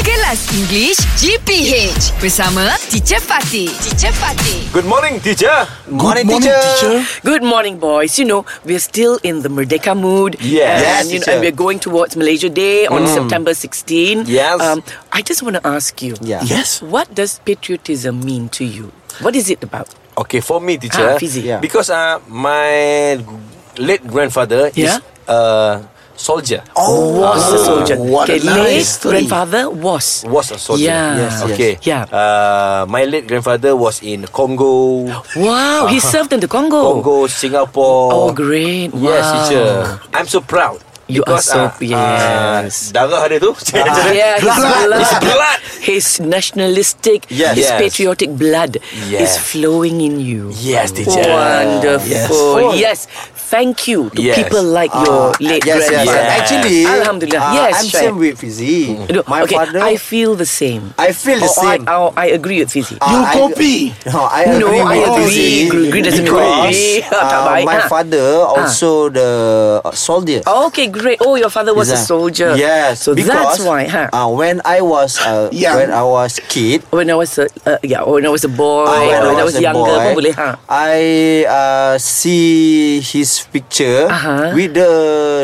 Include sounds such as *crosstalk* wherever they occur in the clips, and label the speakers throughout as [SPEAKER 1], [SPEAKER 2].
[SPEAKER 1] Kelas English GPH bersama Teacher Fatih. Teacher Fatih.
[SPEAKER 2] Good morning, teacher.
[SPEAKER 3] Morning, teacher.
[SPEAKER 4] Good morning, boys. You know, we're still in the Merdeka mood.
[SPEAKER 2] Yes. Yes, Mm.
[SPEAKER 4] And, you know,
[SPEAKER 3] teacher.
[SPEAKER 4] and we're going towards Malaysia Day on September 16.
[SPEAKER 2] Yes.
[SPEAKER 4] I just want to ask you.
[SPEAKER 3] Yeah.
[SPEAKER 2] Yes.
[SPEAKER 4] What does patriotism mean to you? What is it about?
[SPEAKER 2] Okay, for me, teacher.
[SPEAKER 4] Ah, Fizi.
[SPEAKER 3] Yeah.
[SPEAKER 2] Because uh, my late grandfather
[SPEAKER 4] Yeah?
[SPEAKER 2] is a soldier.
[SPEAKER 3] Oh,
[SPEAKER 4] Was a soldier.
[SPEAKER 3] What
[SPEAKER 4] okay,
[SPEAKER 3] a nice
[SPEAKER 4] late
[SPEAKER 3] story.
[SPEAKER 4] grandfather was.
[SPEAKER 2] Was a soldier.
[SPEAKER 4] Yeah. Yes,
[SPEAKER 2] okay.
[SPEAKER 4] yes. Yeah.
[SPEAKER 2] Uh, my late grandfather was in Congo,
[SPEAKER 4] Oh. Wow,
[SPEAKER 3] Uh-huh.
[SPEAKER 4] he served in the Congo.
[SPEAKER 2] Congo, Singapore.
[SPEAKER 4] Oh, great.
[SPEAKER 2] Yes,
[SPEAKER 4] wow.
[SPEAKER 2] teacher. I'm so proud.
[SPEAKER 4] You are
[SPEAKER 2] because,
[SPEAKER 4] so-
[SPEAKER 2] uh, uh,
[SPEAKER 4] yes.
[SPEAKER 2] darah ada tu.
[SPEAKER 4] Yeah, his Ah, blood. Ah.
[SPEAKER 2] His blood.
[SPEAKER 4] His nationalistic,
[SPEAKER 2] Yes.
[SPEAKER 4] his
[SPEAKER 2] Yes.
[SPEAKER 4] patriotic blood
[SPEAKER 2] Yes.
[SPEAKER 4] is flowing in you.
[SPEAKER 2] Yes, teacher.
[SPEAKER 4] Wonderful. Yes. Thank you to
[SPEAKER 2] Yes.
[SPEAKER 4] people like your late
[SPEAKER 3] Ah, Yes, yes,
[SPEAKER 4] grandfather.
[SPEAKER 3] yes.
[SPEAKER 2] Yes.
[SPEAKER 3] Actually,
[SPEAKER 4] Alhamdulillah.
[SPEAKER 3] uh,
[SPEAKER 4] Yes,
[SPEAKER 3] I'm
[SPEAKER 4] Syed.
[SPEAKER 3] same with Fizi.
[SPEAKER 4] No,
[SPEAKER 3] My
[SPEAKER 4] okay,
[SPEAKER 3] father,
[SPEAKER 4] I feel the same.
[SPEAKER 3] I feel the
[SPEAKER 4] Oh, I-
[SPEAKER 3] same.
[SPEAKER 4] oh, I, agree with Fizi.
[SPEAKER 3] Uh,
[SPEAKER 5] You
[SPEAKER 3] I-
[SPEAKER 5] copy.
[SPEAKER 3] No, I
[SPEAKER 4] No,
[SPEAKER 3] agree
[SPEAKER 4] I
[SPEAKER 3] with
[SPEAKER 4] agree.
[SPEAKER 3] Fizi
[SPEAKER 4] Agree, agree doesn't
[SPEAKER 3] because,
[SPEAKER 4] agree. *laughs* Tak
[SPEAKER 3] uh,
[SPEAKER 4] baik,
[SPEAKER 3] my
[SPEAKER 4] ha.
[SPEAKER 3] father also the uh, soldier.
[SPEAKER 4] okay, great. Oh, your father was a
[SPEAKER 3] Yes, uh,
[SPEAKER 4] soldier.
[SPEAKER 3] Yes.
[SPEAKER 4] So
[SPEAKER 3] because,
[SPEAKER 4] that's why, ha. huh?
[SPEAKER 3] Uh, when I was uh,
[SPEAKER 5] Young.
[SPEAKER 3] when I was kid,
[SPEAKER 4] when I was a uh, yeah, when I was a boy,
[SPEAKER 3] Ah,
[SPEAKER 4] or when Oh, I was
[SPEAKER 3] a
[SPEAKER 4] younger,
[SPEAKER 3] boy,
[SPEAKER 4] pun boleh, Ha. huh?
[SPEAKER 3] I uh, see his picture
[SPEAKER 4] Aha.
[SPEAKER 3] with the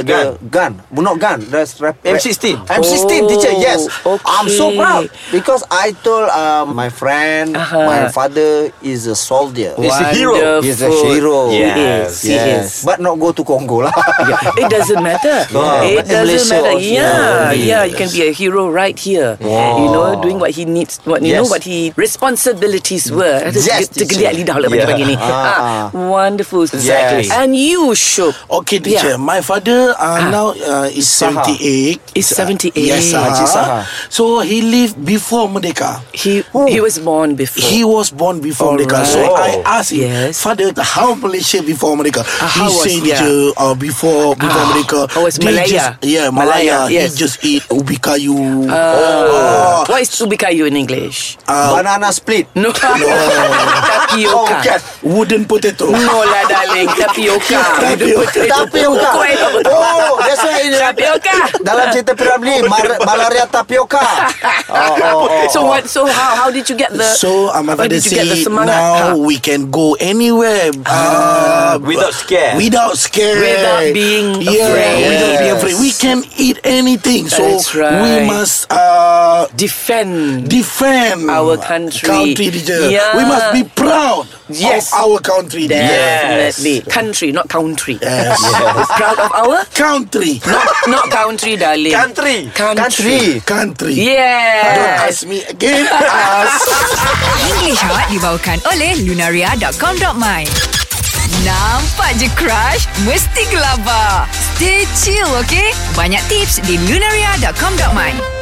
[SPEAKER 3] the gun. Well, not gun. That's rap,
[SPEAKER 2] M16.
[SPEAKER 3] M16 teacher.
[SPEAKER 4] Oh,
[SPEAKER 3] Yes. I'm so
[SPEAKER 4] okay.
[SPEAKER 3] proud because I told uh, my friend,
[SPEAKER 4] Aha.
[SPEAKER 3] my father is a soldier.
[SPEAKER 2] He's a hero.
[SPEAKER 4] Wonderful.
[SPEAKER 3] He's a hero.
[SPEAKER 4] He
[SPEAKER 2] Yes,
[SPEAKER 4] is. He is.
[SPEAKER 3] But not go to Congo *laughs* lah.
[SPEAKER 4] Yeah, it doesn't matter.
[SPEAKER 3] No,
[SPEAKER 4] it
[SPEAKER 3] but in
[SPEAKER 4] doesn't
[SPEAKER 3] Malaysia
[SPEAKER 4] matter.
[SPEAKER 3] also,
[SPEAKER 4] Yeah,
[SPEAKER 3] yes.
[SPEAKER 4] yeah, you can be a hero right here. You know, doing what he needs, what you know,
[SPEAKER 3] Yes.
[SPEAKER 4] what he responsibilities were.
[SPEAKER 3] Yes,
[SPEAKER 4] tergeliat
[SPEAKER 3] teacher.
[SPEAKER 4] lidah oleh
[SPEAKER 2] Yeah.
[SPEAKER 4] pagi-pagi ni. Ah, wonderful.
[SPEAKER 2] Exactly.
[SPEAKER 4] And you, Shuk.
[SPEAKER 5] Okay, teacher.
[SPEAKER 4] Yeah. Ah.
[SPEAKER 5] My father uh, now uh, is
[SPEAKER 3] Saha.
[SPEAKER 5] 78.
[SPEAKER 4] Is 78.
[SPEAKER 5] Yes, sir.
[SPEAKER 3] Haji Saha.
[SPEAKER 5] So he lived before Merdeka.
[SPEAKER 4] He he was born before.
[SPEAKER 5] Oh. He was born before Merdeka. So
[SPEAKER 2] Alright.
[SPEAKER 5] I asked him,
[SPEAKER 4] Oh. Yes. Ah,
[SPEAKER 5] Father, how Malaysia before Merdeka?
[SPEAKER 4] how
[SPEAKER 5] he
[SPEAKER 4] was-
[SPEAKER 5] said,
[SPEAKER 4] yeah.
[SPEAKER 5] teacher, uh, before before
[SPEAKER 4] Ah.
[SPEAKER 5] Merdeka.
[SPEAKER 4] Oh, it's
[SPEAKER 5] they
[SPEAKER 4] Malaya.
[SPEAKER 5] just- yeah,
[SPEAKER 4] Malaya,
[SPEAKER 5] Malaya. He
[SPEAKER 4] yes.
[SPEAKER 5] just eat ubikayu.
[SPEAKER 4] Ah. what is ubikayu in English?
[SPEAKER 3] Banana split.
[SPEAKER 4] No.
[SPEAKER 3] Oh,
[SPEAKER 4] Tapioca.
[SPEAKER 3] bukan.
[SPEAKER 5] Wooden potato. *laughs*
[SPEAKER 4] No lah darling Tapioca
[SPEAKER 3] Tapioca. Oh, that's why in
[SPEAKER 4] Tapioca
[SPEAKER 3] dalam cerita Piramli
[SPEAKER 4] Oh,
[SPEAKER 3] mar- malaria tapioca.
[SPEAKER 4] *laughs*
[SPEAKER 3] Oh, oh, oh.
[SPEAKER 4] So what? So how? How did you get the?
[SPEAKER 5] So uh, my
[SPEAKER 4] how
[SPEAKER 5] father
[SPEAKER 4] did you get the
[SPEAKER 5] said
[SPEAKER 4] semangat?
[SPEAKER 5] now
[SPEAKER 4] Ha. Ah.
[SPEAKER 5] we can go anywhere uh,
[SPEAKER 2] *laughs* Without scare.
[SPEAKER 5] without scare
[SPEAKER 4] Without being
[SPEAKER 5] yeah,
[SPEAKER 4] afraid.
[SPEAKER 5] without being
[SPEAKER 3] Yes.
[SPEAKER 5] afraid we can eat anything so
[SPEAKER 4] That's right.
[SPEAKER 5] we must uh,
[SPEAKER 4] defend.
[SPEAKER 5] defend
[SPEAKER 4] Our country.
[SPEAKER 5] country teacher.
[SPEAKER 4] Yeah.
[SPEAKER 5] we must be proud
[SPEAKER 4] Yes.
[SPEAKER 5] of our country teacher.
[SPEAKER 4] Definitely, country, not country.
[SPEAKER 5] Yes.
[SPEAKER 4] *laughs* Proud of our
[SPEAKER 5] country
[SPEAKER 4] not not country, darling.
[SPEAKER 2] Country.
[SPEAKER 4] country.
[SPEAKER 3] Country.
[SPEAKER 5] country don't
[SPEAKER 4] Yes.
[SPEAKER 5] ask me again
[SPEAKER 4] *laughs*
[SPEAKER 5] ask
[SPEAKER 1] English Hot dibawakan oleh lunaria.com.my. Nampak je crush? Mesti gelabah. Stay chill, okay? Banyak tips di lunaria.com.my.